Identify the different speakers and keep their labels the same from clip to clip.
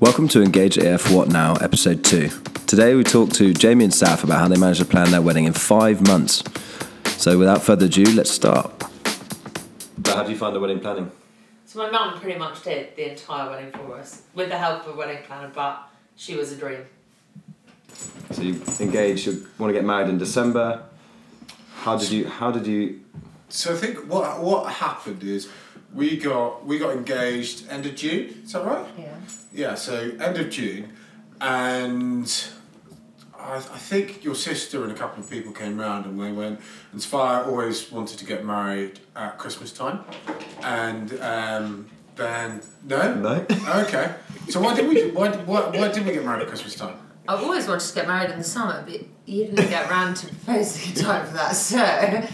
Speaker 1: Welcome to Engage AF What Now, Episode 2. Today we talk to Jamie and Saf about how they managed to plan their wedding in five months. So without further ado, let's start. So how do you find the wedding planning?
Speaker 2: So my mum pretty much did the entire wedding for us with the help of a wedding planner, but she was a dream.
Speaker 1: So you engage, you want to get married in December. How did you, how did you,
Speaker 3: So I think what what happened is we got we got engaged end of June. Is that right?
Speaker 2: Yeah.
Speaker 3: Yeah. So end of June, and I, I think your sister and a couple of people came round and they went. And Spire always wanted to get married at Christmas time, and um, then no.
Speaker 1: No.
Speaker 3: okay. So why did we why did- why why did we get married at Christmas time?
Speaker 4: I've always wanted to get married in the summer, but you didn't get round to proposing in time for that. So,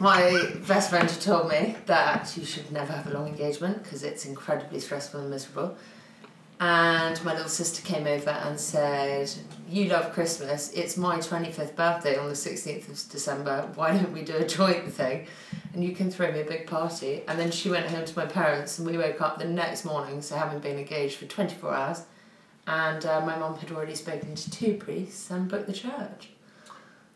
Speaker 4: my best friend had told me that you should never have a long engagement because it's incredibly stressful and miserable. And my little sister came over and said, You love Christmas. It's my 25th birthday on the 16th of December. Why don't we do a joint thing? And you can throw me a big party. And then she went home to my parents, and we woke up the next morning, so having been engaged for 24 hours. And uh, my mum had already spoken to two priests and booked the church.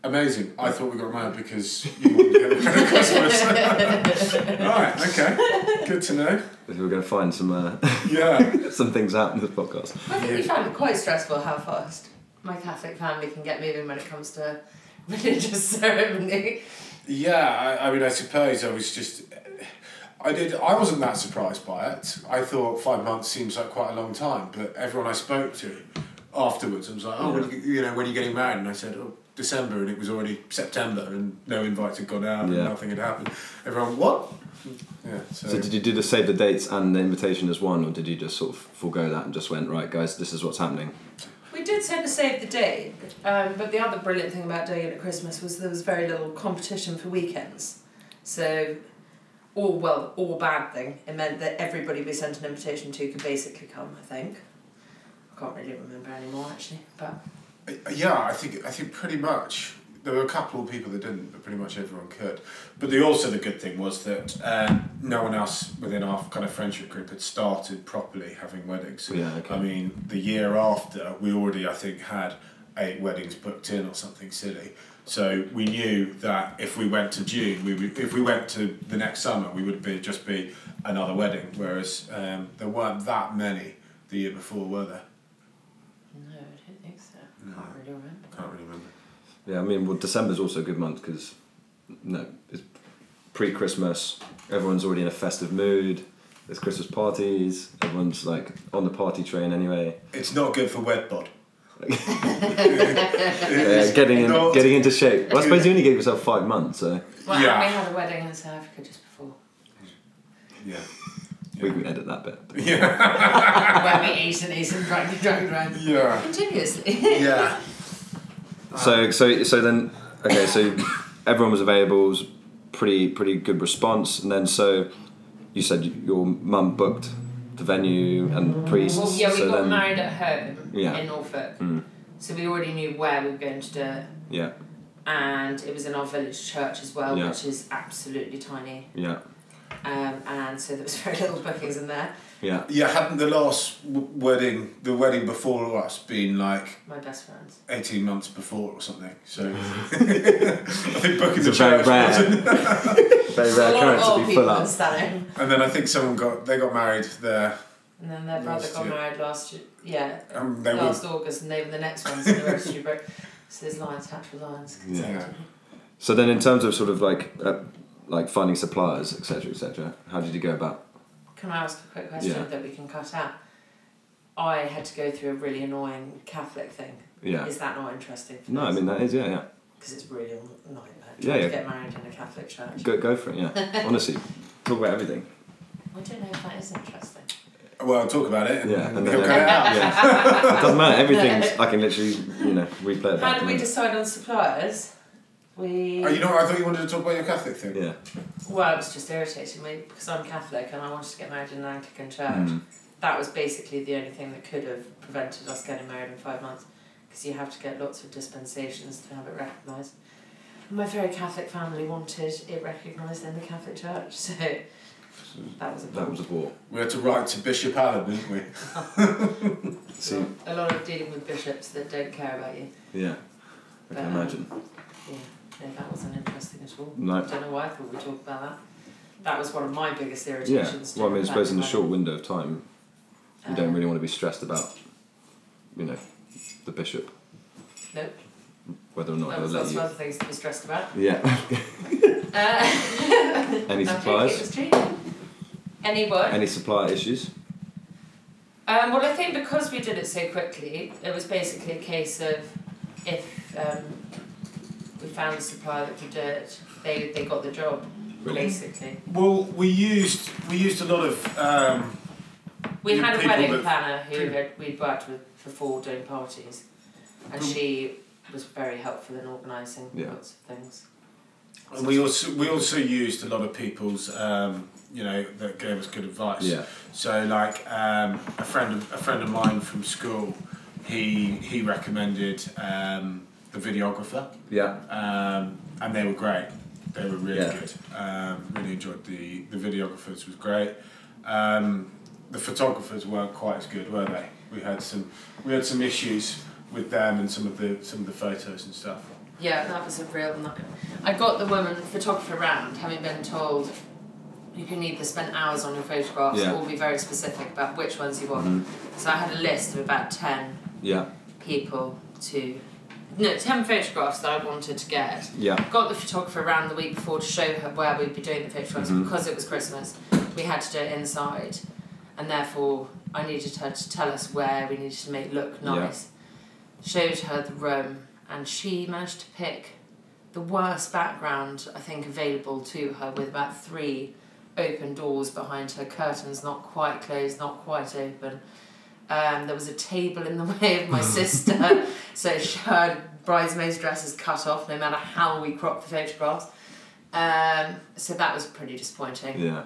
Speaker 3: Amazing. I thought we got married because you wanted to get married at Christmas. right. Okay. Good to know.
Speaker 1: if you were going to find some, uh,
Speaker 3: Yeah.
Speaker 1: some things out in this podcast?
Speaker 4: I think we found it quite stressful how fast my Catholic family can get moving when it comes to religious ceremony.
Speaker 3: Yeah, I, I mean, I suppose I was just. I did. I wasn't that surprised by it. I thought five months seems like quite a long time, but everyone I spoke to afterwards, I was like, "Oh, when you, you know, when are you getting married?" And I said, "Oh, December," and it was already September, and no invites had gone out,
Speaker 1: Yeah.
Speaker 3: and nothing had happened. Everyone, what? Yeah. So,
Speaker 1: So did you do the save the dates and the invitation as one, or did you just sort of forego that and just went right, guys? This is what's happening.
Speaker 4: We did send a save the date, um, but the other brilliant thing about doing it at Christmas was there was very little competition for weekends. So, all well, all bad thing. It meant that everybody we sent an invitation to could basically come, I think. I can't really remember anymore actually, but
Speaker 3: yeah, I think I think pretty much there were a couple of people that didn't, but pretty much everyone could. But the also the good thing was that uh, no one else within our kind of friendship group had started properly having weddings.
Speaker 1: Yeah, okay.
Speaker 3: I mean, the year after we already I think had eight weddings booked in or something silly. So we knew that if we went to June, we would, if we went to the next summer, we would be just be another wedding. Whereas um, there weren't that many the year before, were there?
Speaker 4: no, I don't think so. I can't really remember.
Speaker 3: Can't really remember.
Speaker 1: Yeah, I mean, well, December's also a good month because no, it's pre-Christmas. Everyone's already in a festive mood. There's Christmas parties. Everyone's like on the party train anyway.
Speaker 3: It's not good for wet bod.
Speaker 1: Yeah, Uh, getting in,
Speaker 3: not-
Speaker 1: getting into shape. Well, I suppose you only gave yourself five months, so
Speaker 4: Well,
Speaker 3: Yeah.
Speaker 4: and we had a wedding in South Africa just before,
Speaker 3: Yeah.
Speaker 1: we can edit that bit.
Speaker 3: Yeah.
Speaker 4: where we ate and ate and drank and drank and drank
Speaker 3: Yeah.
Speaker 4: continuously.
Speaker 3: Yeah.
Speaker 1: So, so, so then, okay, so everyone was available. It was pretty, pretty good response. And then, so you said your mum booked the venue and priests.
Speaker 2: Well, yeah, we
Speaker 1: so
Speaker 2: got
Speaker 1: then,
Speaker 2: married at home
Speaker 1: Yeah.
Speaker 2: in Norfolk,
Speaker 1: Mm.
Speaker 2: so we already knew where we were going to do it,
Speaker 1: Yeah,
Speaker 2: and it was in our village church as well,
Speaker 1: Yeah.
Speaker 2: which is absolutely tiny,
Speaker 1: yeah,
Speaker 2: um, and so there was very little bookings in there.
Speaker 1: yeah.
Speaker 3: Yeah, hadn't the last w- wedding, the wedding before us, been like
Speaker 2: My best friends.
Speaker 3: 18 months before or something? So I think booking the
Speaker 1: It's a very
Speaker 3: church.
Speaker 1: rare,
Speaker 3: wasn't-
Speaker 1: very rare occurrence to be full
Speaker 4: people
Speaker 1: up.
Speaker 4: in Stanham.
Speaker 3: And then I think someone got, they got married there.
Speaker 2: And then their brother
Speaker 3: Last
Speaker 2: got
Speaker 3: year.
Speaker 2: married last year, yeah,
Speaker 3: And they were,
Speaker 2: last August, and they were the next ones in the registry book. So there's lines, Hatfield lines.
Speaker 3: yeah.
Speaker 1: So then, in terms of sort of like uh, like finding suppliers, etc., etc., how did you go about?
Speaker 2: Can I ask a quick question
Speaker 1: Yeah.
Speaker 2: that we can cut out? I had to go through a really annoying Catholic thing.
Speaker 1: Yeah.
Speaker 2: Is that not interesting?
Speaker 1: No, I mean that is yeah, yeah.
Speaker 2: Because it's really annoying
Speaker 1: Yeah, yeah.
Speaker 2: to get married in a Catholic church.
Speaker 1: Go go for it. Yeah. Honestly, talk about everything.
Speaker 2: I don't know if that is interesting.
Speaker 3: Well, talk about it and,
Speaker 1: Yeah, and then
Speaker 3: he'll "Ah,
Speaker 1: they-
Speaker 3: cut it out.
Speaker 1: Yeah. it doesn't matter. Everything's I can literally you know replay it
Speaker 2: How
Speaker 1: back.
Speaker 2: did we decide on suppliers? We
Speaker 3: Oh, you know what? I thought you wanted to talk about your Catholic thing.
Speaker 1: yeah.
Speaker 2: well, it was just irritating me because I'm Catholic and I wanted to get married in an Anglican church.
Speaker 1: Mm.
Speaker 2: That was basically the only thing that could have prevented us getting married in five months because you have to get lots of dispensations to have it recognised. My very Catholic family wanted it recognised in the Catholic Church, so That was a
Speaker 1: That was a bore.
Speaker 3: We had to write to Bishop Allen, didn't we?
Speaker 1: See,
Speaker 2: a lot of dealing with bishops that don't care about you.
Speaker 1: yeah, I can
Speaker 2: Um,
Speaker 1: imagine.
Speaker 2: Yeah, no, that wasn't interesting at all.
Speaker 1: No.
Speaker 2: I don't know why I thought we talked about that. That was one of my biggest
Speaker 1: Yeah.
Speaker 2: irritations.
Speaker 1: Well, I mean, I
Speaker 2: doing
Speaker 1: suppose in the
Speaker 2: that.
Speaker 1: short window of time, you
Speaker 2: Um,
Speaker 1: don't really want to be stressed about, you know, the bishop
Speaker 2: Nope,
Speaker 1: whether or not
Speaker 2: that
Speaker 1: he'll
Speaker 2: was lots
Speaker 1: let
Speaker 2: of
Speaker 1: you.
Speaker 2: other things to be stressed about.
Speaker 1: Yeah.
Speaker 2: Uh,
Speaker 1: Any
Speaker 2: I'm
Speaker 1: supplies?
Speaker 2: joking, it was cheating. Any what?
Speaker 1: Any supply issues?
Speaker 2: Um, well, I think because we did it so quickly, it was basically a case of if um, we found the supplier that could do it, they, they got the job,
Speaker 1: Brilliant.
Speaker 2: basically.
Speaker 5: Well, we used we used a lot of um,
Speaker 2: We
Speaker 5: You
Speaker 2: had a
Speaker 5: people
Speaker 2: wedding
Speaker 5: that-
Speaker 2: planner who
Speaker 5: True.
Speaker 2: had, we'd worked with before doing parties, and she was very helpful in organising
Speaker 1: Yeah.
Speaker 2: lots of things.
Speaker 3: And we also we also used a lot of people's um, you know that gave us good advice.
Speaker 1: Yeah.
Speaker 3: So like um, a friend of, a friend of mine from school, he he recommended um, the videographer,
Speaker 1: Yeah.
Speaker 3: um, and they were great. They were really
Speaker 1: Yeah.
Speaker 3: good. Um, really enjoyed the the videographers was great. Um, the photographers weren't quite as good, were they? We had some we had some issues with them and some of the some of the photos and stuff.
Speaker 4: Yeah, that was a real nightmare. I got the woman photographer round, having been told you can either spend hours on your photographs
Speaker 1: Yeah.
Speaker 4: or be very specific about which ones you want. So I had a list of about ten
Speaker 1: Yeah.
Speaker 4: people to no ten photographs that I wanted to get.
Speaker 1: Yeah.
Speaker 4: Got the photographer round the week before to show her where we'd be doing the photographs
Speaker 1: Mhm.
Speaker 4: because it was Christmas. We had to do it inside, and therefore I needed her to tell us where we needed to make look
Speaker 1: Yeah.
Speaker 4: nice. Showed her the room, and she managed to pick the worst background I think available to her with about three open doors behind her, curtains not quite closed, not quite open. Um, there was a table in the way of my sister, so she, her bridesmaid's dress is cut off no matter how we crop the photographs. Um, so that was pretty disappointing.
Speaker 1: Yeah.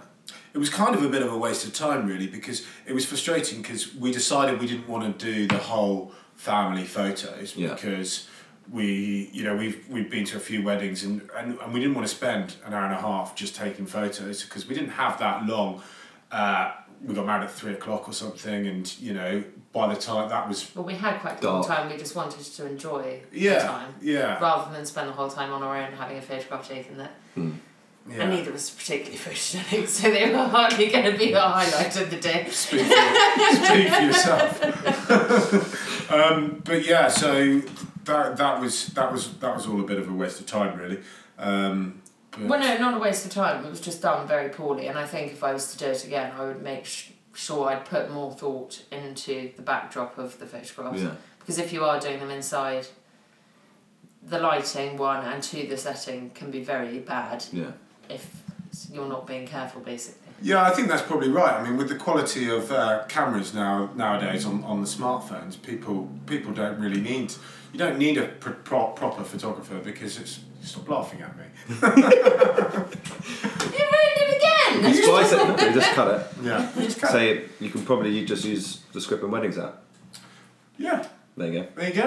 Speaker 3: It was kind of a bit of a waste of time, really, because it was frustrating because we decided we didn't want to do the whole family photos
Speaker 1: Yeah.
Speaker 3: because we, you know, we've we've been to a few weddings and, and, and we didn't want to spend an hour and a half just taking photos because we didn't have that long. Uh, we got married at three o'clock or something, and you know, by the time that was
Speaker 4: But we had quite a long
Speaker 1: Dark.
Speaker 4: time, we just wanted to enjoy the
Speaker 3: yeah,
Speaker 4: time.
Speaker 3: yeah,
Speaker 4: Rather than spend the whole time on our own having a photograph taken that
Speaker 3: yeah.
Speaker 4: and neither was particularly photogenic, so they were hardly going to be our highlight of the day.
Speaker 3: speak for, speak for yourself. um, but yeah, so that that was that was that was all a bit of a waste of time, really. Um, but
Speaker 4: Well, no, not a waste of time. It was just done very poorly, and I think if I was to do it again, I would make sh- sure I'd put more thought into the backdrop of the photographs.
Speaker 1: Yeah.
Speaker 4: Because if you are doing them inside, the lighting one and two, the setting can be very bad
Speaker 1: Yeah.
Speaker 4: if you're not being careful. Basically,
Speaker 3: yeah, I think that's probably right. I mean, with the quality of uh, cameras now nowadays on, on the smartphones, people people don't really need you don't need a pr- pro- proper photographer because it's stop laughing at me.
Speaker 4: you ruined it again.
Speaker 1: Splice it. No, just cut it.
Speaker 3: Yeah,
Speaker 1: Say you can probably just use the script and weddings app.
Speaker 3: yeah.
Speaker 1: There you
Speaker 3: There you go.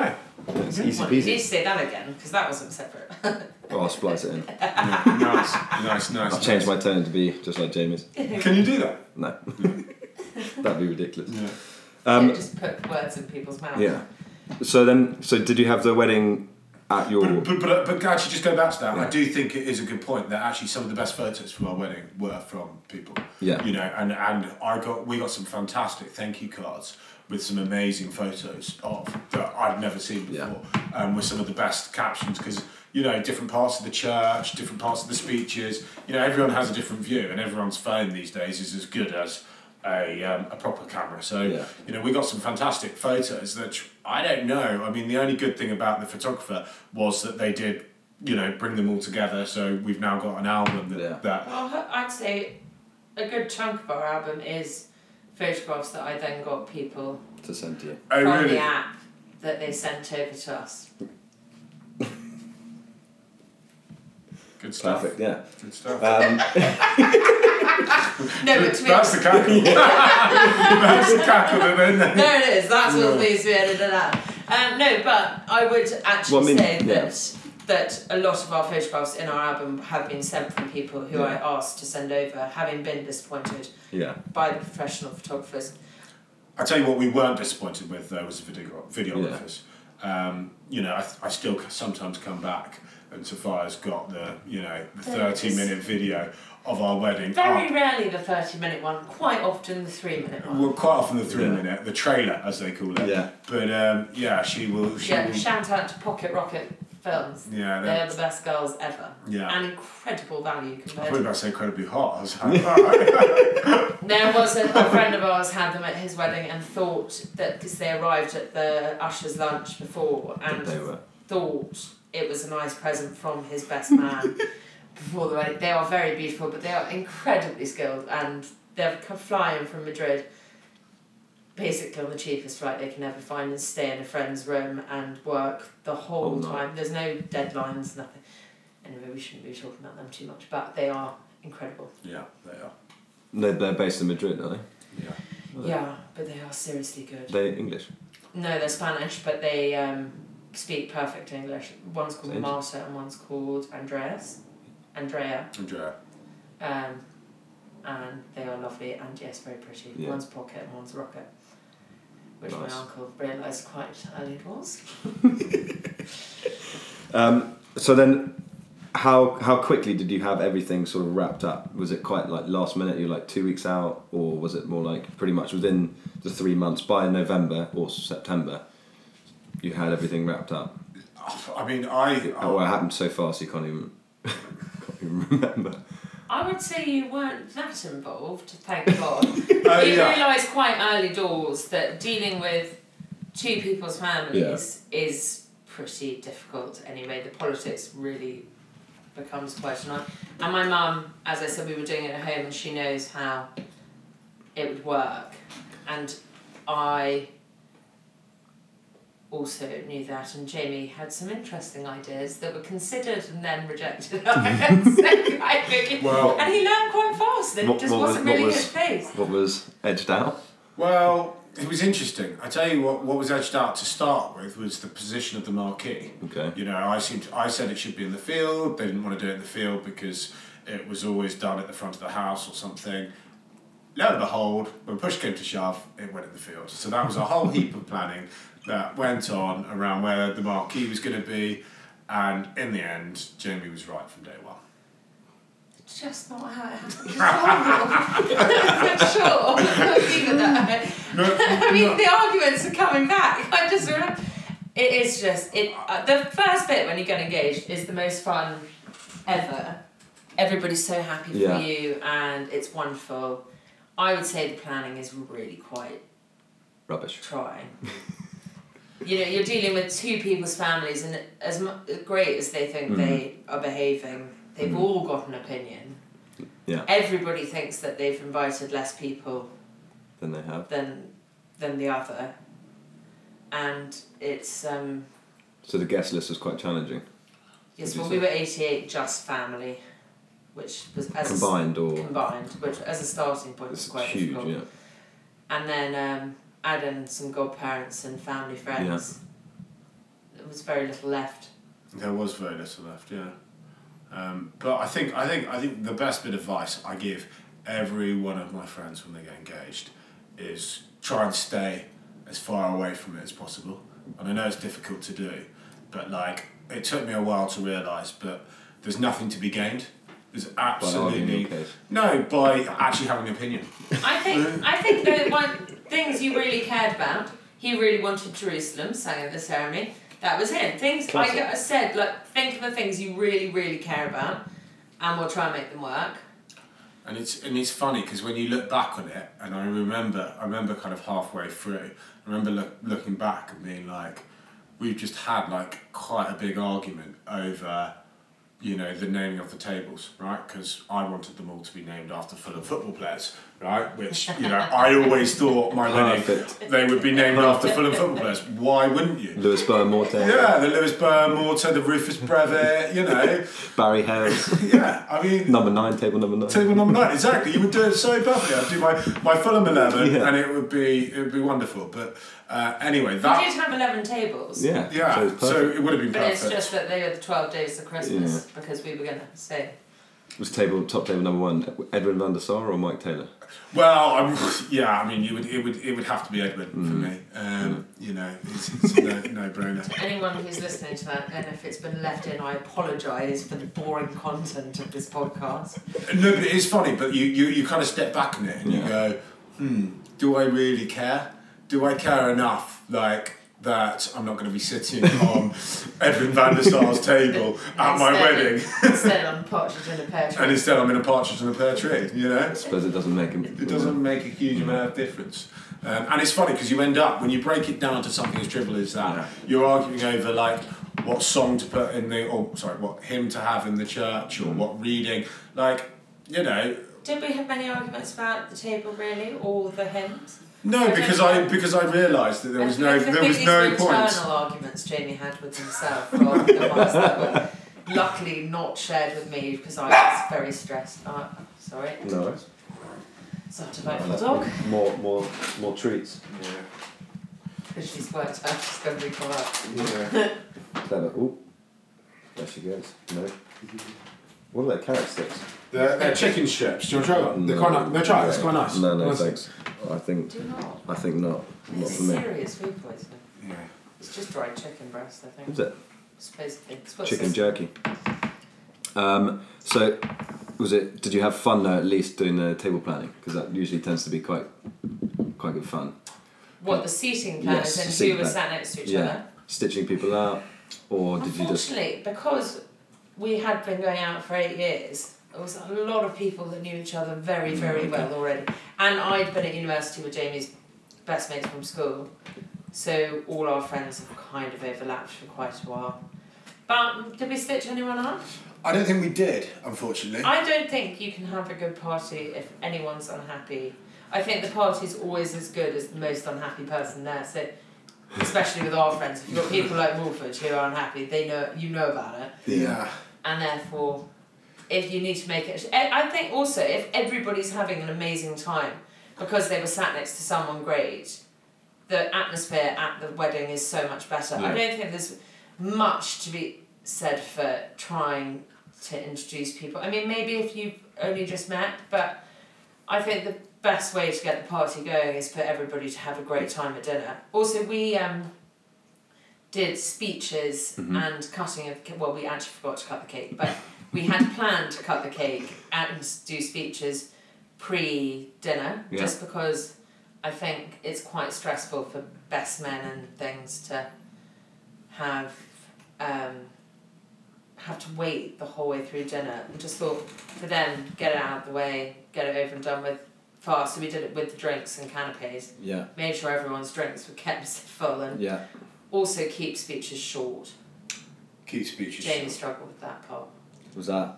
Speaker 1: go. It's
Speaker 3: Yeah.
Speaker 1: easy
Speaker 2: Well, you need to
Speaker 1: peasy.
Speaker 2: say that again, because that wasn't separate.
Speaker 1: Oh, I'll splice it in.
Speaker 3: nice, nice, nice.
Speaker 1: I'll change my tone to be just like Jamie's.
Speaker 3: Can you do that?
Speaker 1: No. That'd be ridiculous.
Speaker 3: Yeah.
Speaker 2: Yeah,
Speaker 1: Um,
Speaker 2: just put words in people's mouths.
Speaker 1: yeah. So then, so did you have the wedding at your?
Speaker 3: But, but, but, but actually, just going back to that,
Speaker 1: Yeah.
Speaker 3: I do think it is a good point that actually some of the best photos from our wedding were from people.
Speaker 1: Yeah.
Speaker 3: You know, and, and I got we got some fantastic thank you cards with some amazing photos of that I'd never seen
Speaker 1: Yeah.
Speaker 3: before, um, with some of the best captions because you know different parts of the church, different parts of the speeches. You know, everyone has a different view, and everyone's phone these days is as good as. A, um, a proper camera, so
Speaker 1: Yeah.
Speaker 3: you know we got some fantastic photos that I don't know. I mean, the only good thing about the photographer was that they did, you know, bring them all together. So we've now got an album that
Speaker 1: Yeah.
Speaker 3: that
Speaker 2: Well, h- Oh, I'd say a good chunk of our album is photographs that I then got people
Speaker 1: To send to you.
Speaker 3: Oh,
Speaker 2: from
Speaker 3: really?
Speaker 2: the app that they sent over to us.
Speaker 3: Good stuff.
Speaker 1: Perfect. Yeah.
Speaker 3: Good stuff.
Speaker 1: Um,
Speaker 2: No, but to be
Speaker 3: That's the cackle. That's the cackle that they know.
Speaker 2: No, it is. That's what
Speaker 3: Yeah.
Speaker 2: needs to be edited out. Um, no, but I would actually
Speaker 1: Well, I mean,
Speaker 2: say
Speaker 1: yeah.
Speaker 2: that that a lot of our photographs in our album have been sent from people who I asked to send over, having been disappointed
Speaker 1: Yeah.
Speaker 2: by the professional photographers.
Speaker 3: I tell you what, we weren't disappointed with though was the video videographers. Um, you know, I, th- I still c- sometimes come back, and Sophia's got the you know the
Speaker 2: There it
Speaker 3: thirty
Speaker 2: is.
Speaker 3: minute video of our wedding. Oh,
Speaker 2: Very
Speaker 3: up.
Speaker 2: rarely the 30 minute one, quite often the three minute one.
Speaker 3: Well, quite often the three
Speaker 1: Yeah.
Speaker 3: minute, the trailer as they call it.
Speaker 1: Yeah.
Speaker 3: But um, yeah, she will. She
Speaker 2: Yeah,
Speaker 3: will
Speaker 2: shout out to Pocket Rocket Films.
Speaker 3: yeah,
Speaker 2: They are
Speaker 3: they're-
Speaker 2: the best girls ever.
Speaker 3: Yeah.
Speaker 2: And incredible value
Speaker 3: I
Speaker 2: compared
Speaker 3: was
Speaker 2: to
Speaker 3: about to say incredibly hot. I was like, "Alright."
Speaker 2: There was a, a friend of ours had them at his wedding and thought that because they arrived at the usher's lunch before
Speaker 1: That they
Speaker 2: and
Speaker 1: were.
Speaker 2: thought it was a nice present from his best man before the wedding. They are very beautiful, but they are incredibly skilled and they're come flying from Madrid basically on the cheapest flight they can ever find and stay in a friend's room and work the whole
Speaker 1: All night.
Speaker 2: time. There's no deadlines, nothing. Anyway, we shouldn't be talking about them too much, but they are incredible.
Speaker 3: yeah, they are.
Speaker 1: They're, they're based in Madrid, are
Speaker 3: Yeah.
Speaker 1: Really?
Speaker 2: Yeah, but they are seriously good.
Speaker 1: they? They're English.
Speaker 2: No, they're Spanish, but they um, speak perfect English. One's called
Speaker 1: Interesting.
Speaker 2: Marta and one's called Andreas. Andrea.
Speaker 3: Andrea.
Speaker 2: Um, and they are lovely and yes, very pretty.
Speaker 1: Yeah.
Speaker 2: One's pocket and one's rocket. Which
Speaker 1: Nice.
Speaker 2: my uncle realised quite early it was.
Speaker 1: Um, so then, how how quickly did you have everything sort of wrapped up? Was it quite like last minute? You're like two weeks out, or was it more like pretty much within the three months by November or September? You had everything wrapped up.
Speaker 3: I mean, I.
Speaker 1: Oh, it happened so fast you can't even, can't even remember.
Speaker 2: I would say you weren't that involved, thank God.
Speaker 3: Oh,
Speaker 2: you
Speaker 3: yeah.
Speaker 2: realise quite early doors that dealing with two people's families is pretty difficult anyway. The politics really becomes quite annoying. And my mum, as I said, we were doing it at home and she knows how it would work. And I also knew that and Jamie had some interesting ideas that were considered and then rejected. so I think-
Speaker 3: Well-
Speaker 2: and he learned quite fast that
Speaker 1: What-
Speaker 2: it just
Speaker 1: what was-
Speaker 2: wasn't
Speaker 1: what
Speaker 2: really
Speaker 1: was-
Speaker 2: his place.
Speaker 1: What was edged out?
Speaker 3: Well, it was interesting. I tell you what, what was edged out to start with was the position of the marquee.
Speaker 1: Okay.
Speaker 3: You know, I seemed I said it should be in the field. They didn't want to do it in the field because it was always done at the front of the house or something. Lo and behold, when push came to shove, it went in the field. So that was a whole heap of planning that went on around where the marquee was going to be, and in the end, Jamie was right from day one.
Speaker 2: It's just not how it happened. It's horrible. For sure. I'll leave it there. I mean, the arguments are coming back. I just remember. It is just it. Uh, the first bit when you get engaged is the most fun ever. Everybody's so happy for
Speaker 1: Yeah.
Speaker 2: you, and it's wonderful. I would say the planning is really quite
Speaker 1: Rubbish.
Speaker 2: trying. you know, you're dealing with two people's families, and as mu- great as they think they
Speaker 1: Mm.
Speaker 2: are behaving, they've all got an opinion.
Speaker 1: Yeah.
Speaker 2: Everybody thinks that they've invited less people
Speaker 1: Than they have.
Speaker 2: than than the other, and it's um.
Speaker 1: So the guest list was quite challenging.
Speaker 2: Yes, well,
Speaker 1: Would you
Speaker 2: we
Speaker 1: say?
Speaker 2: were eighty-eight, just family, which was as a s-
Speaker 1: Combined or
Speaker 2: combined, which as a starting point was
Speaker 1: it's
Speaker 2: quite
Speaker 1: huge,
Speaker 2: difficult.
Speaker 1: yeah.
Speaker 2: and then um, add in some godparents and family friends. There was very little left.
Speaker 3: There was very little left, yeah. Um, but I think I think I think the best bit of advice I give every one of my friends when they get engaged is try and stay as far away from it as possible. And I know it's difficult to do, but like it took me a while to realise, but there's nothing to be gained. There's
Speaker 1: By arguing your
Speaker 3: absolutely
Speaker 1: case.
Speaker 3: no by actually having an opinion.
Speaker 2: I think I think the one things you really cared about. He really wanted Jerusalem, sang at the ceremony. That was him. Things like I said, like think of the things you really, really care about, and we'll try and make them work.
Speaker 3: And it's and it's funny because when you look back on it, and I remember, I remember kind of halfway through, I remember look, looking back and being like, we've just had like quite a big argument over, you know, the naming of the tables, right? Because I wanted them all to be named after Fulham football players, right? Which you know, I always thought my wedding
Speaker 1: Perfect.
Speaker 3: they would be named after Fulham football players. Why wouldn't you?
Speaker 1: Lewis Burr, Morte,
Speaker 3: Yeah, the Lewis Burr, Morton, the Rufus Brevet, you know.
Speaker 1: Barry Hales,
Speaker 3: Yeah, I mean,
Speaker 1: number nine, table number nine.
Speaker 3: table number nine. Exactly. You would do it so perfectly. I'd do my, my Fulham eleven,
Speaker 1: Yeah.
Speaker 3: and it would be it would be wonderful. But uh, anyway,
Speaker 2: We
Speaker 3: that
Speaker 2: did have 11 tables.
Speaker 1: Yeah,
Speaker 3: yeah.
Speaker 1: So it's
Speaker 3: So,
Speaker 1: perfect.
Speaker 3: it would have been
Speaker 2: But it's
Speaker 3: perfect.
Speaker 2: just that they were the 12 days of Christmas because we were going to say.
Speaker 1: it was table top table number one. Edwin van der Sar or Mike Taylor?
Speaker 3: Well, I'm, yeah. I mean, you would it would it would have to be Edwin for
Speaker 1: Mm.
Speaker 3: me. Um, You know, it's, it's a no, no brainer.
Speaker 2: Anyone who's listening to that, and if it's been left in, I apologise for the boring content of this podcast.
Speaker 3: No, but it's funny. But you, you, you kind of step back in it and you
Speaker 1: Yeah.
Speaker 3: go, hmm, do I really care? Do I care enough? Like that, I'm not going to be sitting on Edwin van der Sar's table at my
Speaker 2: Instead-
Speaker 3: wedding,
Speaker 2: Instead on partridge in a pear tree.
Speaker 3: and instead I'm in a partridge and a pear tree. You know,
Speaker 1: I suppose it doesn't make him.
Speaker 3: it doesn't make a huge amount of difference. Um, and it's funny because you end up when you break it down to something as trivial as that,
Speaker 1: Yeah.
Speaker 3: you're arguing over like what song to put in the, or sorry, what hymn to have in the church, or what reading. Like, you know,
Speaker 2: Did we have many arguments about the table really, or the hymns?
Speaker 3: No, because I because I realised that there was no there was no point.
Speaker 2: internal arguments Jamie had with himself, rather than ones that were luckily not shared with me because I was very stressed. Uh, sorry,
Speaker 1: No.
Speaker 2: such a delightful dog.
Speaker 1: More, more, more treats.
Speaker 2: Because she's worked out, she's going to be caught up.
Speaker 1: Clever. Ooh. There she goes. No. What are they? Carrot sticks?
Speaker 3: They're, they're chicken strips. Do you want to try one? Oh, They're
Speaker 1: No.
Speaker 3: quite nice. No, try it. It's quite nice.
Speaker 1: No, no,
Speaker 3: Nice.
Speaker 1: thanks. I think,
Speaker 2: Do not.
Speaker 1: I think not. Not
Speaker 2: It's
Speaker 1: for me.
Speaker 2: serious food poisoning.
Speaker 3: Yeah.
Speaker 2: It's just dried chicken breast, I think.
Speaker 1: Is it?
Speaker 2: Supposedly. It's what it
Speaker 1: Chicken
Speaker 2: says.
Speaker 1: jerky. Um, so, was it? Did you have fun though? At least doing the table planning because that usually tends to be quite, quite good fun.
Speaker 2: What the seating plan
Speaker 1: Yes,
Speaker 2: is, and
Speaker 1: seating
Speaker 2: who was
Speaker 1: plan.
Speaker 2: sat next to each
Speaker 1: Yeah.
Speaker 2: other.
Speaker 1: Stitching people out, or did you just?
Speaker 2: Unfortunately, because we had been going out for eight years, there was a lot of people that knew each other very,
Speaker 1: Mm,
Speaker 2: very well already. And I'd been at university with Jamie's best mates from school, so all our friends have kind of overlapped for quite a while. But did we stitch anyone up?
Speaker 3: I don't think we did, unfortunately.
Speaker 2: I don't think you can have a good party if anyone's unhappy. I think the party's always as good as the most unhappy person there. So, especially with our friends, if you've got people like Morford who are unhappy, they know you know about it
Speaker 3: yeah.
Speaker 2: and therefore if you need to make it I I think also if everybody's having an amazing time because they were sat next to someone great the atmosphere at the wedding is so much better I
Speaker 1: Yeah.
Speaker 2: don't think there's much to be said for trying to introduce people I mean maybe if you've only just met but I think the best way to get the party going is for everybody to have a great time at dinner also we um did speeches and cutting of ca- well we actually forgot to cut the cake but we had planned to cut the cake and do speeches pre dinner
Speaker 1: Yeah.
Speaker 2: just because I think it's quite stressful for best men and things to have um, have to wait the whole way through dinner and just thought for them get it out of the way get it over and done with fast so we did it with the drinks and canapes
Speaker 1: Yeah.
Speaker 2: made sure everyone's drinks were kept full and
Speaker 1: Yeah.
Speaker 2: also keep speeches short.
Speaker 3: Keep speeches.
Speaker 2: Jamie struggled with that part.
Speaker 1: Was that?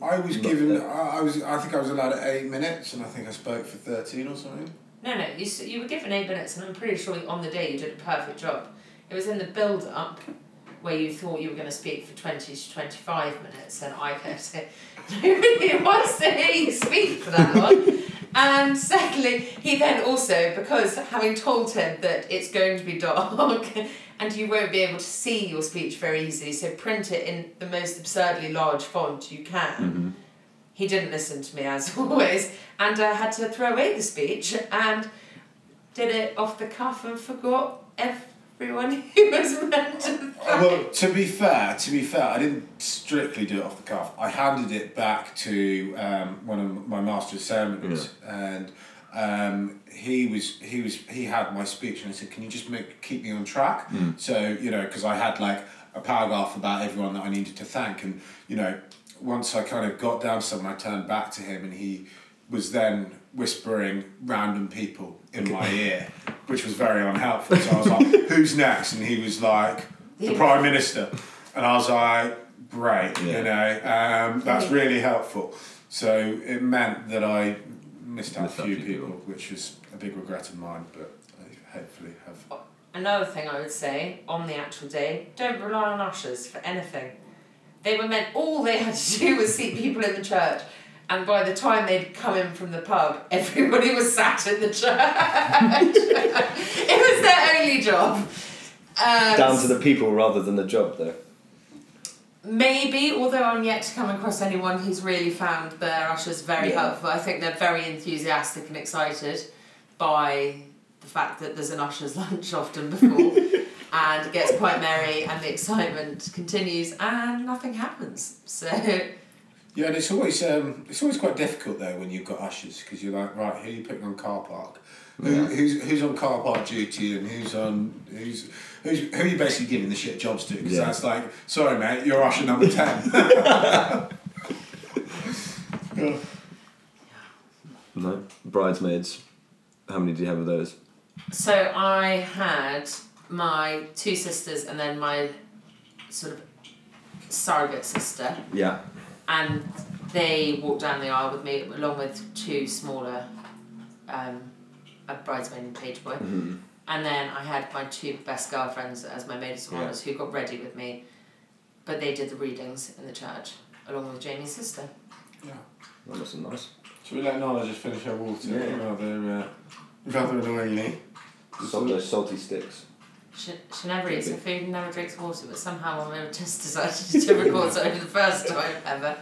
Speaker 3: I was
Speaker 1: Not
Speaker 3: given. I,
Speaker 1: that-
Speaker 3: I was. I think I was allowed at eight minutes, and I think I spoke for thirteen or something.
Speaker 2: No, no, you, s- you were given eight minutes, and I'm pretty sure on the day you did a perfect job. It was in the build up where you thought you were going to speak for 20 to 25 minutes, and I kept saying, Nobody wants to hear you speak for that long. And secondly, he then also, because having told him that it's going to be dark and you won't be able to see your speech very easily, so print it in the most absurdly large font you can. he didn't listen to me as always, and I had to throw away the speech and did it off the cuff and forgot everyone who was meant to.
Speaker 3: Uh, well, to be fair, to be fair, I didn't strictly do it off the cuff. I handed it back to um, one of my master's ceremonies, and um, he was he was he had my speech, and I said, "Can you just make keep me on track?" So you know, because I had like a paragraph about everyone that I needed to thank, and you know, once I kind of got down to someone, I turned back to him, and he was then whispering random people in my ear, which was very unhelpful. So I was like, "Who's next?" And he was like, "The Prime Minister," and I was like, "Great, you know, um, that's really helpful." So it meant that I missed out
Speaker 1: Missed
Speaker 3: a few people, which was a big regret of mine, but I hopefully have.
Speaker 2: Another thing I would say on the actual day, don't rely on ushers for anything. They were meant all they had to do was seat people in the church. And by the time they'd come in from the pub, everybody was sat in the church. it was their only job. Um,
Speaker 1: Down to the people rather than the job, though.
Speaker 4: Maybe, although I'm yet to come across anyone who's really found their ushers very
Speaker 1: Yeah.
Speaker 4: helpful. I think they're very enthusiastic and excited by the fact that there's an usher's lunch often before, and it gets quite merry, and the excitement continues, and nothing happens. So
Speaker 3: Yeah, and it's always um, it's always quite difficult though when you've got ushers because you're like, right, who are you putting on car park? Who, Who's who's on car park duty and who's on who's who's who are you basically giving the shit jobs to? Because
Speaker 1: Yeah.
Speaker 3: that's like, sorry mate, you're usher number ten.
Speaker 1: No. Bridesmaids. How many do you have of those?
Speaker 4: So I had my two sisters and then my sort of surrogate sister,
Speaker 1: Yeah.
Speaker 4: and they walked down the aisle with me along with two smaller, um, a bridesmaid and page boy.
Speaker 1: Mm-hmm.
Speaker 4: And then I had my two best girlfriends as my maids of
Speaker 1: Yeah.
Speaker 4: honours who got ready with me, but they did the readings in the church along with Jamie's sister.
Speaker 1: That must have nice.
Speaker 3: Should we let Nala just finish her water?
Speaker 1: Yeah.
Speaker 3: Rather uh, rather annoyingly.
Speaker 1: Salt, those salty sticks.
Speaker 4: She, she never eats her food and never drinks water, but somehow my mum just decided to record it only the first time ever.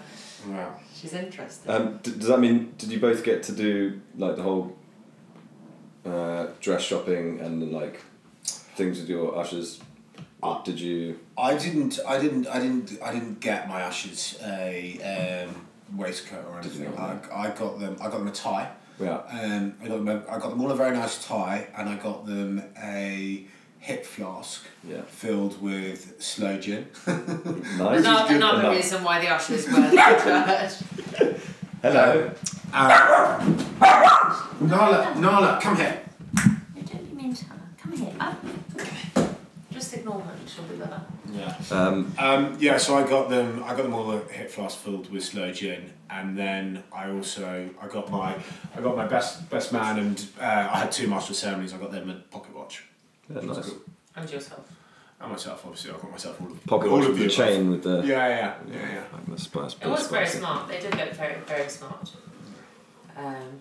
Speaker 3: Wow.
Speaker 4: She's interested.
Speaker 1: Um, d- does that mean did you both get to do like the whole uh, dress shopping and like things with your ushers? Or did you?
Speaker 3: I didn't. I didn't. I didn't. I didn't get my ushers a um, waistcoat or
Speaker 1: Didn't
Speaker 3: anything.
Speaker 1: you?
Speaker 3: I, I got them. I got them a tie.
Speaker 1: Yeah.
Speaker 3: Um, I got them. A, I got them all a very nice tie, and I got them a hip flask
Speaker 1: Yeah.
Speaker 3: filled with sloe gin.
Speaker 1: Nice.
Speaker 4: Ano-
Speaker 1: Good.
Speaker 4: another
Speaker 1: Enough.
Speaker 4: reason why the ushers were in the church.
Speaker 1: Hello.
Speaker 3: Nala, Nala, come here.
Speaker 2: You don't be mean to her. Come here. Up. Just ignore her. She'll be better.
Speaker 3: Yeah.
Speaker 1: Um,
Speaker 3: Um, yeah, so I got them. I got them all a hip flask filled with sloe gin, and then I also I got my I got my best best man, and uh, I had two master ceremonies. I got them a pocket watch.
Speaker 1: yeah, nice.
Speaker 2: And yourself.
Speaker 3: And myself, obviously, I got myself all of
Speaker 1: Pocket
Speaker 3: all
Speaker 1: watch
Speaker 3: of
Speaker 1: with the
Speaker 3: above.
Speaker 1: chain with the.
Speaker 3: Yeah, yeah, yeah, yeah.
Speaker 1: Like the spice.
Speaker 2: It was very smart. They did look very, very smart. Um,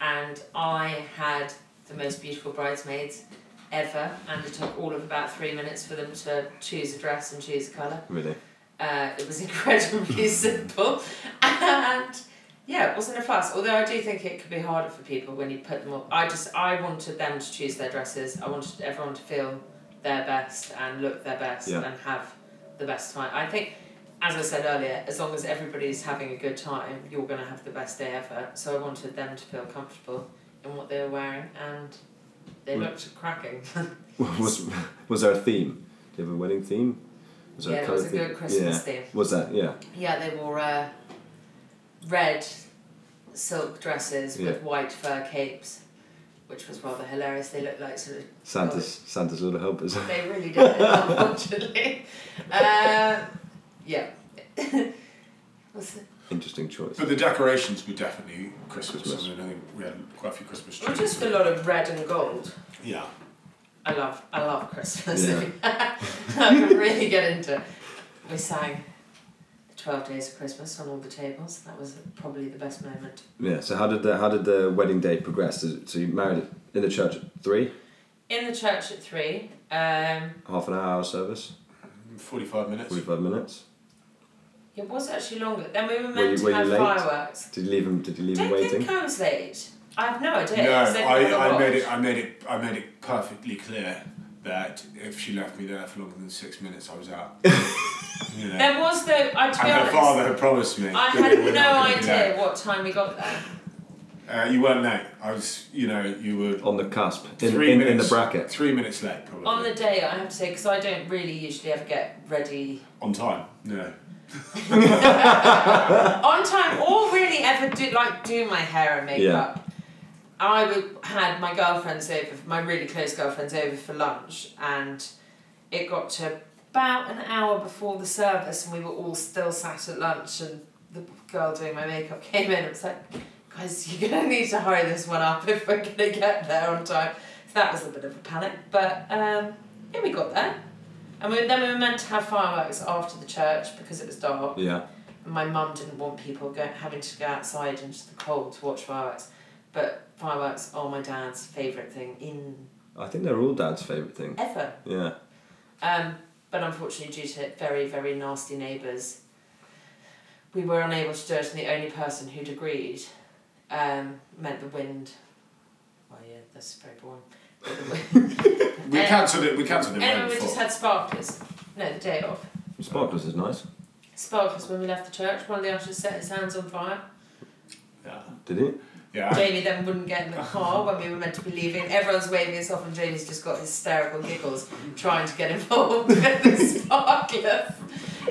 Speaker 2: and I had the most beautiful bridesmaids ever, and it took all of about three minutes for them to choose a dress and choose a colour.
Speaker 1: Really.
Speaker 2: Uh, it was incredibly simple, and yeah, it wasn't a fuss. Although I do think it could be harder for people when you put them. All, I just I wanted them to choose their dresses. I wanted everyone to feel their best and look their best
Speaker 1: Yeah.
Speaker 2: and have the best time. I think, as I said earlier, as long as everybody's having a good time, you're gonna have the best day ever. So I wanted them to feel comfortable in what they were wearing, and they
Speaker 1: Mm.
Speaker 2: looked cracking.
Speaker 1: Was was there a theme? Do you have a wedding theme? Was
Speaker 2: yeah,
Speaker 1: a
Speaker 2: it
Speaker 1: colour
Speaker 2: was a
Speaker 1: theme?
Speaker 2: good Christmas
Speaker 1: yeah.
Speaker 2: theme.
Speaker 1: Was that yeah?
Speaker 2: Yeah, they wore uh, red silk dresses with white fur capes, which was rather hilarious. They looked like sort of.
Speaker 1: Santa's Santa's little helpers.
Speaker 2: They really did, unfortunately. Uh, yeah. Was it-
Speaker 1: Interesting choice.
Speaker 3: But the decorations were definitely Christmas.
Speaker 1: Christmas.
Speaker 3: I mean, I think we had quite a few Christmas
Speaker 2: well,
Speaker 3: trees.
Speaker 2: just a lot of red and gold.
Speaker 3: yeah.
Speaker 2: I love, I love Christmas.
Speaker 1: Yeah.
Speaker 2: I can really get into it. We sang Twelve Days of Christmas on all the tables. That was probably the best moment.
Speaker 1: Yeah. So how did the how did the wedding day progress? Is it- So you married in the church at three,
Speaker 2: In the church at three. Um,
Speaker 1: half an hour service,
Speaker 3: 45 minutes.
Speaker 1: forty five minutes.
Speaker 2: It was actually longer. Then we were meant
Speaker 1: you-
Speaker 2: to
Speaker 1: were you
Speaker 2: have
Speaker 1: late?
Speaker 2: fireworks.
Speaker 1: Did you leave him? Did you leave him
Speaker 2: Don't
Speaker 1: waiting?
Speaker 2: think I was late. I have no idea.
Speaker 3: No,
Speaker 2: 'cause didn't have a
Speaker 3: I, I
Speaker 2: watch.
Speaker 3: made it. I made it. I made it perfectly clear that if she left me there for longer than six minutes, I was out. you know.
Speaker 2: There was though. I to be
Speaker 3: And her
Speaker 2: honest,
Speaker 3: father had promised me.
Speaker 2: I
Speaker 3: that we were
Speaker 2: had
Speaker 3: not
Speaker 2: no
Speaker 3: gonna be
Speaker 2: idea what time we got there.
Speaker 3: there. Uh, you weren't late. I was. You know. You were
Speaker 1: On the cusp, Oh, in,
Speaker 3: three
Speaker 1: in, in
Speaker 3: minutes
Speaker 1: the bracket.
Speaker 3: Three minutes late, probably.
Speaker 2: On the day, I have to say, because I don't really usually ever get ready
Speaker 3: On time. No.
Speaker 2: on time or really ever do like do my hair and makeup. I would had my girlfriends over, my really close girlfriends over for lunch, and it got to about an hour before the service, and we were all still sat at lunch, and the girl doing my makeup came in and was like, "God, guys, you're gonna need to hurry this one up if we're gonna get there on time. So that was a bit of a panic, but um, yeah, we got there. And we, then we were meant to have fireworks after the church because it was dark.
Speaker 1: Yeah.
Speaker 2: And my mum didn't want people go, having to go outside into the cold to watch fireworks. But fireworks are my dad's favourite thing in
Speaker 1: I think they're all dad's favourite thing.
Speaker 2: ever.
Speaker 1: Yeah.
Speaker 2: Um, but unfortunately, due to very, very nasty neighbours, we were unable to do it, and the only person who'd agreed um, meant the wind. Well, yeah, that's very boring. But the wind-
Speaker 3: We
Speaker 2: Um,
Speaker 3: cancelled it. We cancelled it.
Speaker 2: anyway,
Speaker 3: round
Speaker 2: we
Speaker 3: before.
Speaker 2: just had sparklers. No, the day off.
Speaker 1: Sparklers is nice.
Speaker 2: Sparklers when we left the church. One of the ushers set his hands on fire.
Speaker 3: yeah.
Speaker 1: Did it?
Speaker 3: yeah.
Speaker 2: Jamie then wouldn't get in the car when we were meant to be leaving. Everyone's waving us off, and Jamie's just got hysterical giggles trying to get involved with the sparklers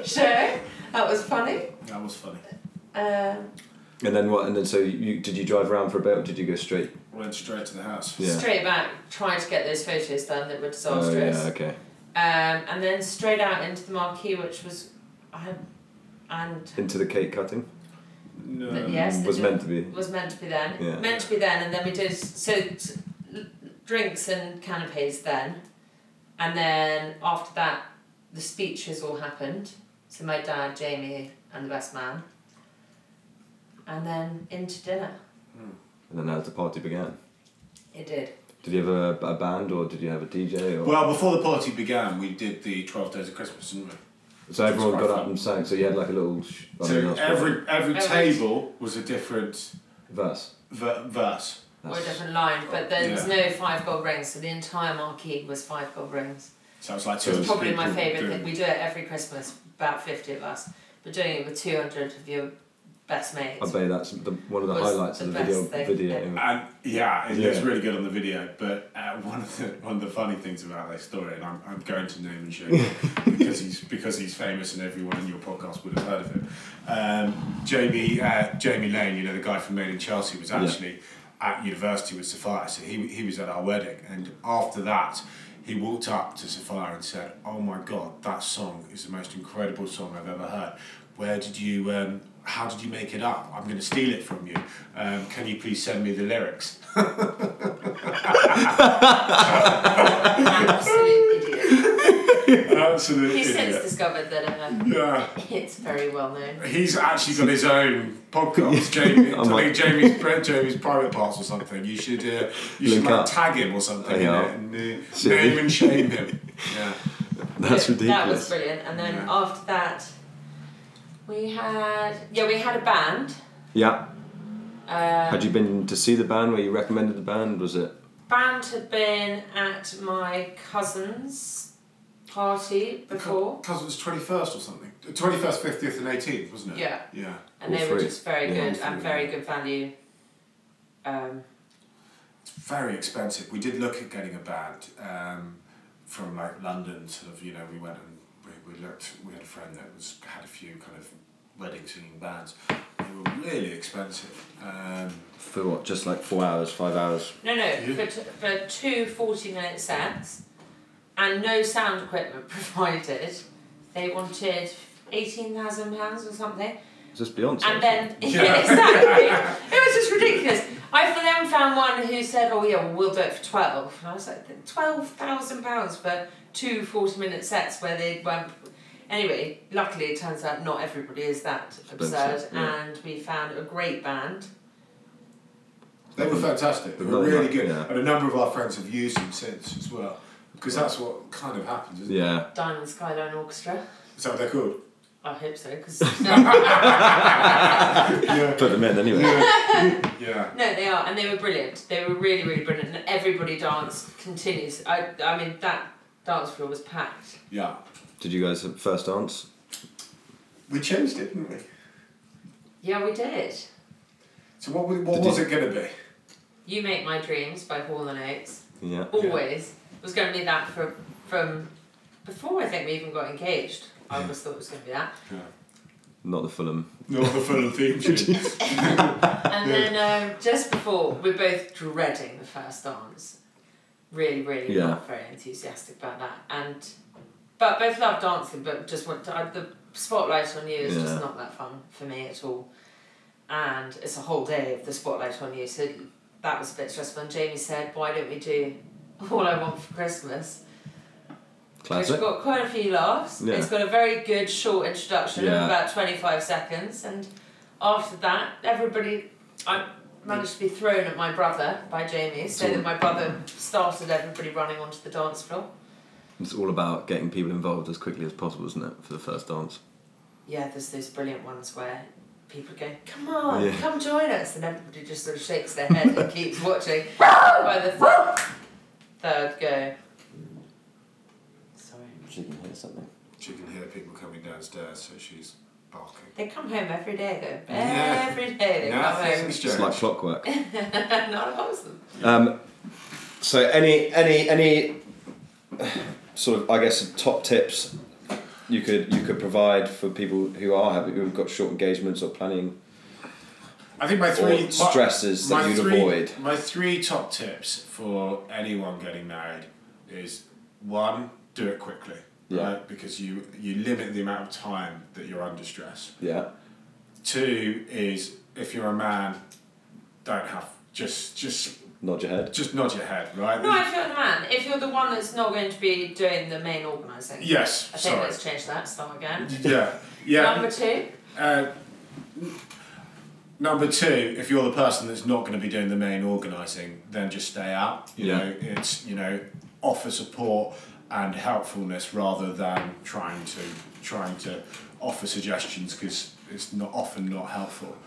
Speaker 2: show. That was funny.
Speaker 3: That was funny.
Speaker 2: Um,
Speaker 1: And then what? And then so you did you drive around for a bit or did you go straight?
Speaker 3: Went straight to the house.
Speaker 1: Yeah.
Speaker 2: Straight back, trying to get those photos done that were
Speaker 1: Oh
Speaker 2: disastrous.
Speaker 1: yeah. Okay.
Speaker 2: um, and then straight out into the marquee, which was, I, and
Speaker 1: Into the cake cutting
Speaker 3: No.
Speaker 2: But yes, they
Speaker 1: was
Speaker 2: do.
Speaker 1: meant to be.
Speaker 2: was meant to be then.
Speaker 1: Yeah.
Speaker 2: Meant to be then, and then we did so t- l- drinks and canapes then, and then after that, the speeches all happened. So my dad, Jamie, and the best man. And then into dinner.
Speaker 1: And then as the party began,
Speaker 2: It did.
Speaker 1: did you have a, a band or did you have a DJ or?
Speaker 3: Well, before the party began, we did the Twelve Days of Christmas, didn't we?
Speaker 1: so everyone
Speaker 3: It's
Speaker 1: got
Speaker 3: quite
Speaker 1: up
Speaker 3: fun.
Speaker 1: and sang. So you had like a little. Sh- I mean,
Speaker 3: So
Speaker 1: not
Speaker 3: every every
Speaker 2: Every-
Speaker 3: table was a different
Speaker 1: verse.
Speaker 3: ver- verse.
Speaker 2: Or a
Speaker 1: That's- oh,
Speaker 2: different line, but there was no five gold rings, so the entire marquee was five gold rings.
Speaker 3: So it's like
Speaker 1: So
Speaker 3: two.
Speaker 1: it's
Speaker 2: probably my favourite thing. We do it every Christmas, about 50 of us. But doing it with 200 of your best mates.
Speaker 1: I bet that's the, one of the
Speaker 2: Was
Speaker 1: highlights
Speaker 2: the
Speaker 1: of the
Speaker 2: best
Speaker 1: video.
Speaker 2: thing
Speaker 1: video.
Speaker 3: And yeah, it
Speaker 1: Yeah.
Speaker 3: looks really good on the video. But uh, one of the one of the funny things about this story, and I'm, I'm going to name and shame because he's because he's famous and everyone in your podcast would have heard of him. Um, Jamie uh, Jamie Lane, you know the guy from Made in Chelsea, was actually at university with Sophia, so he he was at our wedding, and after that. He walked up to Sophia and said, "Oh my God, that song is the most incredible song I've ever heard. Where did you? Um, how did you make it up? I'm going to steal it from you. Um, can you please send me the lyrics?"
Speaker 2: Absolute idiot.
Speaker 3: Absolutely.
Speaker 2: He's since discovered that uh,
Speaker 3: yeah.
Speaker 2: it's very well known.
Speaker 3: He's actually got his own podcast, Jamie. I
Speaker 1: I'm like-
Speaker 3: think Jamie's pri- Jamie's private parts or something. You should uh, you should
Speaker 1: Link
Speaker 3: like,
Speaker 1: up.
Speaker 3: tag him or something in
Speaker 1: Yeah.
Speaker 3: it and uh,
Speaker 1: Should we?
Speaker 3: name and shame him. Yeah.
Speaker 1: That's
Speaker 2: But That was
Speaker 1: ridiculous.
Speaker 2: brilliant. And then
Speaker 3: Yeah.
Speaker 2: after that, we had, yeah, we had a band.
Speaker 1: yeah.
Speaker 2: Um,
Speaker 1: Had you been to see the band? Where you recommended the band? Was it?
Speaker 2: band had been at my cousin's party before.
Speaker 3: Cousin's twenty first or something. Twenty first, fiftieth, and eighteenth, wasn't it?
Speaker 2: Yeah.
Speaker 3: Yeah.
Speaker 2: And
Speaker 1: All
Speaker 2: they were
Speaker 1: three.
Speaker 2: just very
Speaker 1: Yeah,
Speaker 2: good
Speaker 3: all
Speaker 2: and
Speaker 3: three.
Speaker 2: very good value. Um,
Speaker 3: It's very expensive. We did look at getting a band um, from like London. Sort of, you know, we went and we, we looked. We had a friend that was had a few kind of wedding singing bands. They were really expensive. Um,
Speaker 1: For what? Just like four hours, five hours.
Speaker 2: No, no,
Speaker 3: Yeah.
Speaker 2: for, t- for two 40 minute sets and no sound equipment provided, they wanted £18,000 or something.
Speaker 1: Is this Beyonce?
Speaker 2: And then,
Speaker 3: Yeah.
Speaker 2: yeah, exactly. It was just ridiculous. I for then found one who said, oh, yeah, we'll do it for 12 And I was like, £12,000 for two 40 minute sets where they went. Anyway, luckily it turns out not everybody is that absurd,
Speaker 1: Expensive, yeah.
Speaker 2: and we found a great band.
Speaker 3: They were fantastic. They
Speaker 1: They're
Speaker 3: were
Speaker 1: really
Speaker 3: really
Speaker 1: nice,
Speaker 3: good,
Speaker 1: Mm. yeah.
Speaker 3: and a number of our friends have used them since as well. Because that's what kind of happens, isn't
Speaker 1: Yeah.
Speaker 2: Diamond Skyline Orchestra.
Speaker 3: it? Is that what they're called?
Speaker 2: I hope so, because
Speaker 3: yeah,
Speaker 1: Put them in anyway.
Speaker 3: yeah.
Speaker 2: No, they are, and they were brilliant. They were really, really brilliant, and everybody danced continues. I, I mean, that dance floor was packed.
Speaker 3: Yeah.
Speaker 1: Did you guys have first dance?
Speaker 3: We changed it, didn't we?
Speaker 2: Yeah, we did.
Speaker 3: So what, we, what
Speaker 1: Did
Speaker 3: was
Speaker 1: you-
Speaker 3: it going to be?
Speaker 2: You Make My Dreams by Hall and Oates.
Speaker 1: Yeah.
Speaker 2: Always It was going to be that from from before I think we even got engaged. I always thought it was going to be that,
Speaker 1: Not the Fulham.
Speaker 3: Not the fun and theme tune.
Speaker 2: and then um, just before we were both dreading the first dance. Really, really
Speaker 1: Yeah.
Speaker 2: not very enthusiastic about that, and but both love dancing, but just want to, I, the spotlight on you is
Speaker 1: Yeah.
Speaker 2: just not that fun for me at all. and it's a whole day of the spotlight on you. So that was a bit stressful. And Jamie said, "Why don't we do all I want for Christmas?"
Speaker 1: Classic.
Speaker 2: Which got quite a few laughs.
Speaker 1: Yeah.
Speaker 2: It's got a very good short introduction
Speaker 1: Yeah.
Speaker 2: of about twenty five seconds, and after that, everybody, I managed to be thrown at my brother by Jamie, so
Speaker 1: Cool.
Speaker 2: that my brother started everybody running onto the dance floor.
Speaker 1: It's all about getting people involved as quickly as possible, isn't it, for the first dance?
Speaker 2: Yeah, there's those brilliant ones where people go, come on,
Speaker 1: Yeah.
Speaker 2: come join us, and everybody just sort of shakes their head and keeps watching. By the th- third go, sorry.
Speaker 1: She can hear something.
Speaker 6: She can hear people coming downstairs, so she's barking.
Speaker 2: They come home every day though.
Speaker 6: Yeah.
Speaker 2: Every day they come
Speaker 6: Nothing's
Speaker 1: It's like
Speaker 6: changed.
Speaker 1: clockwork.
Speaker 2: home. Not oppose them.
Speaker 1: Um, so any any any sort of I guess top tips you could you could provide for people who are having who've got short engagements or planning
Speaker 3: I think my
Speaker 1: or
Speaker 3: three my-
Speaker 1: stresses that you'd
Speaker 3: three,
Speaker 1: avoid.
Speaker 3: My three top tips for anyone getting married is one, do it quickly.
Speaker 1: Yeah.
Speaker 3: Right? Because you you limit the amount of time that you're under stress.
Speaker 1: Yeah.
Speaker 3: Two is if you're a man, don't have just just
Speaker 1: Nod your head.
Speaker 3: just nod your head, right?
Speaker 2: No, if you're the man, if you're the one that's not going to be doing the main organising.
Speaker 3: yes,
Speaker 2: I think
Speaker 3: sorry.
Speaker 2: let's change that, start again.
Speaker 3: Yeah. Yeah.
Speaker 2: Number two,
Speaker 3: Uh, number two, if you're the person that's not going to be doing the main organising, then just stay out. You
Speaker 1: Yeah.
Speaker 3: know, it's you know, offer support and helpfulness rather than trying to trying to offer suggestions because it's not often not helpful.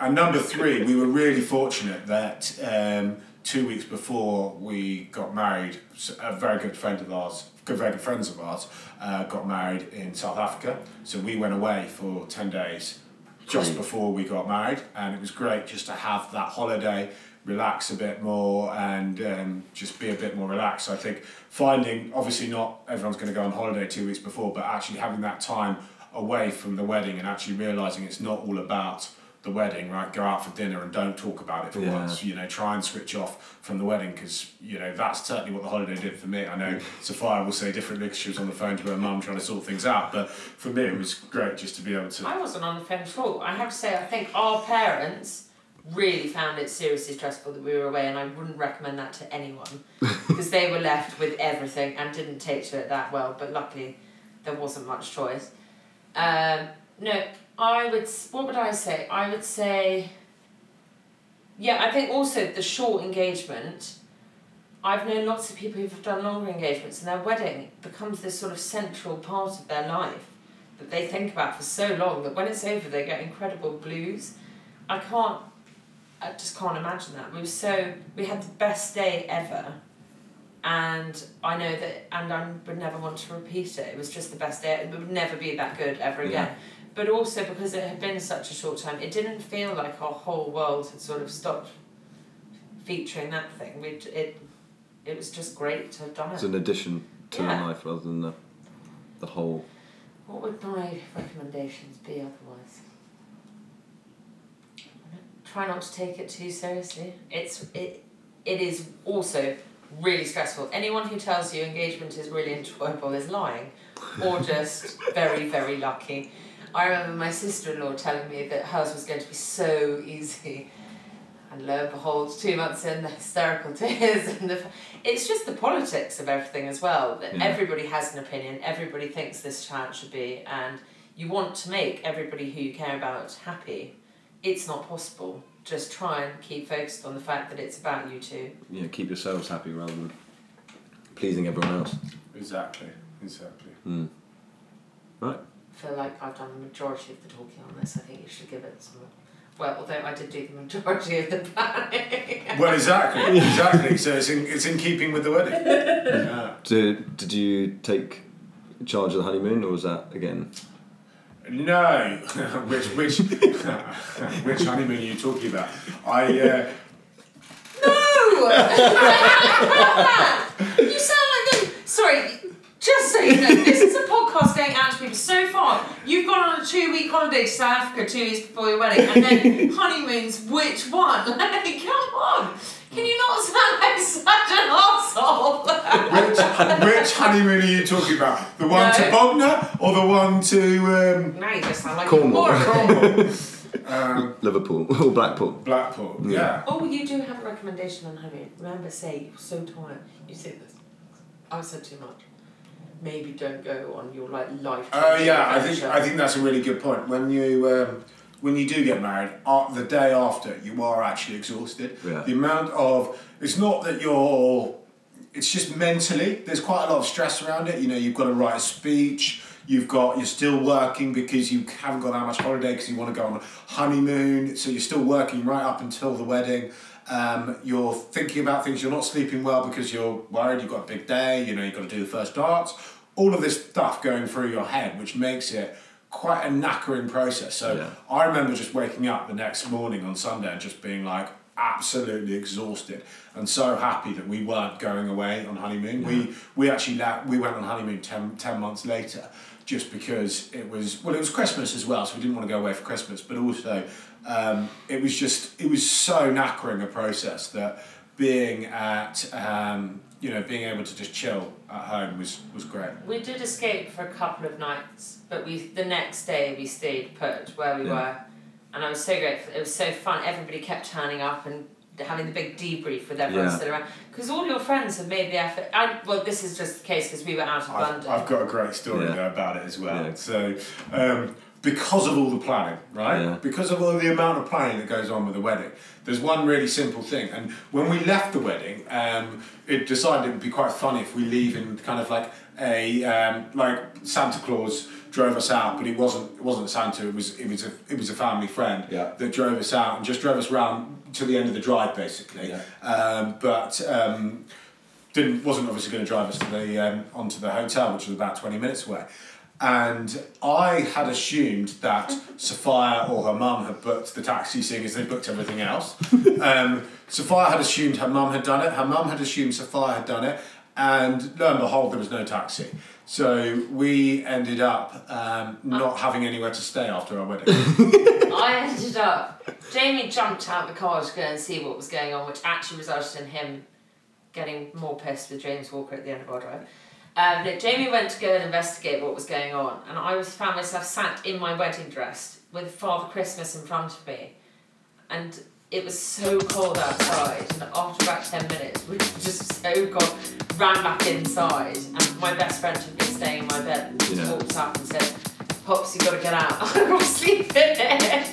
Speaker 3: And number three, we were really fortunate that um, two weeks before we got married, s- a very good friend of ours, good very good friends of ours, uh, got married in South Africa. So we went away for ten days just
Speaker 1: Great.
Speaker 3: before we got married, and it was great just to have that holiday, relax a bit more, and um, just be a bit more relaxed. I think finding obviously not everyone's going to go on holiday two weeks before, but actually having that time away from the wedding and actually realizing it's not all about the wedding, right? Go out for dinner and don't talk about it for
Speaker 1: Yeah.
Speaker 3: once. You know, try and switch off from the wedding because you know that's certainly what the holiday did for me. I know Sophia will say different because she was on the phone to her mum trying to sort things out, but for me it was great just to be able to.
Speaker 2: I wasn't on the phone at all. I have to say, I think our parents really found it seriously stressful that we were away, and I wouldn't recommend that to anyone because they were left with everything and didn't take to it that well. But luckily, there wasn't much choice. Um, no, I would. s- What would I say? I would say. Yeah, I think also the short engagement. I've known lots of people who've done longer engagements, and their wedding becomes this sort of central part of their life that they think about for so long that when it's over, they get incredible blues. I can't. I just can't imagine that. We were so we had the best day ever, and I know that, and I would never want to repeat it. It was just the best day. It would never be that good ever again. But also because it had been such a short time, it didn't feel like our whole world had sort of stopped featuring that thing. We it it was just great to have done
Speaker 1: It's
Speaker 2: it.
Speaker 1: an addition to
Speaker 2: Yeah.
Speaker 1: a life rather than the the whole.
Speaker 2: What would my recommendations be otherwise? Try not to take it too seriously. It's it it is also really stressful. Anyone who tells you engagement is really enjoyable is lying or just very, very lucky. I remember my sister in law telling me that hers was going to be so easy. And lo and behold, two months in, the hysterical tears. And the, it's just the politics of everything as well. That
Speaker 1: Yeah.
Speaker 2: everybody has an opinion, everybody thinks this child should be, and you want to make everybody who you care about happy. It's not possible. Just try and keep focused on the fact that it's about you two.
Speaker 1: You know, keep yourselves happy rather than pleasing everyone else.
Speaker 3: Exactly. Exactly.
Speaker 2: I feel like I've done the majority of the talking on this. I think you should give it some. Well, although I did do the majority of the planning.
Speaker 7: Hmm.
Speaker 3: Well, exactly, exactly. So it's in, it's in keeping with the wedding. Yeah.
Speaker 1: Did did you take charge of the honeymoon, or was that again?
Speaker 3: No, which which which honeymoon are you talking about? I uh,
Speaker 2: you sound like them. Sorry, just so you know, this is a podcast going out to people so far. You've gone on a two week holiday to South Africa two weeks before your wedding, and then honeymoons, which one? Like, come on! Can you not sound like such an asshole?
Speaker 3: which which honeymoon are you talking about? The one to
Speaker 2: No.
Speaker 3: Bognor or the one to um,
Speaker 2: now you just sound like
Speaker 1: Cornwall.
Speaker 2: you're bored.
Speaker 3: Cornwall? Um,
Speaker 7: Liverpool or Blackpool.
Speaker 3: Blackpool.
Speaker 7: Yeah.
Speaker 3: Yeah.
Speaker 2: Oh, you do have a recommendation on honeymoon. Remember, say you're so tired. You say this. I've said too much. Maybe don't go on your like life.
Speaker 3: Oh yeah, I think I think that's a really good point. When you um, when you do get married, uh, the day after you are actually exhausted.
Speaker 7: Yeah.
Speaker 3: The amount of it's not that you're, it's just mentally. There's quite a lot of stress around it. You know, you've got to write a speech. You've got you're still working because you haven't got that much holiday because you want to go on a honeymoon. So you're still working right up until the wedding. Um, you're thinking about things. You're not sleeping well because you're worried. You've got a big day. You know, you've got to do the first dance all of this stuff going through your head, which makes it quite a knackering process. So
Speaker 7: Yeah.
Speaker 3: I remember just waking up the next morning on Sunday and just being like absolutely exhausted and so happy that we weren't going away on honeymoon. We we actually la- we went on honeymoon 10, 10 months later just because it was well it was Christmas as well, so we didn't want to go away for Christmas, but also um, it was just it was so knackering a process that being at um, you know being able to just chill at home was was great.
Speaker 2: We did escape for a couple of nights, but we the next day we stayed put where we
Speaker 7: Yeah.
Speaker 2: were, and I was so grateful. It was so fun. Everybody kept turning up and having the big debrief with everyone
Speaker 7: Yeah.
Speaker 2: still around because all your friends have made the effort. I well, this is just the case because we were out of
Speaker 3: I've,
Speaker 2: London.
Speaker 3: I've got a great story
Speaker 7: Yeah.
Speaker 3: there about it as well.
Speaker 7: Yeah.
Speaker 3: So, um, because of all the planning, right?
Speaker 7: Yeah.
Speaker 3: Because of all the amount of planning that goes on with the wedding, there's one really simple thing. And when we left the wedding, um, it decided it would be quite funny if we leave in kind of like a um, like Santa Claus drove us out, but it wasn't it wasn't Santa. It was it was a it was a family friend
Speaker 7: Yeah.
Speaker 3: that drove us out and just drove us round to the end of the drive basically.
Speaker 7: Yeah.
Speaker 3: Um, but um, didn't wasn't obviously going to drive us to the um, onto the hotel, which was about twenty minutes away. And I had assumed that Sophia or her mum had booked the taxi, seeing as they booked everything else. um, Sophia had assumed her mum had done it. Her mum had assumed Sophia had done it, and lo and behold, there was no taxi. So we ended up um, not having anywhere to stay after our wedding.
Speaker 2: I ended up. Jamie jumped out the car to go and see what was going on, which actually resulted in him getting more pissed with James Walker at the end of our drive. Um, that Jamie went to go and investigate what was going on, and I was found myself sat in my wedding dress with Father Christmas in front of me, and it was so cold outside. And after about ten minutes, we just so cold, ran back inside, and my best friend had been staying in my bed,
Speaker 7: Yeah.
Speaker 2: walked up and said, "Pops, you got to get out. I'm gonna sleep in it."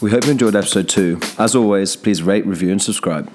Speaker 7: We hope you enjoyed episode two. As always, please rate, review, and subscribe.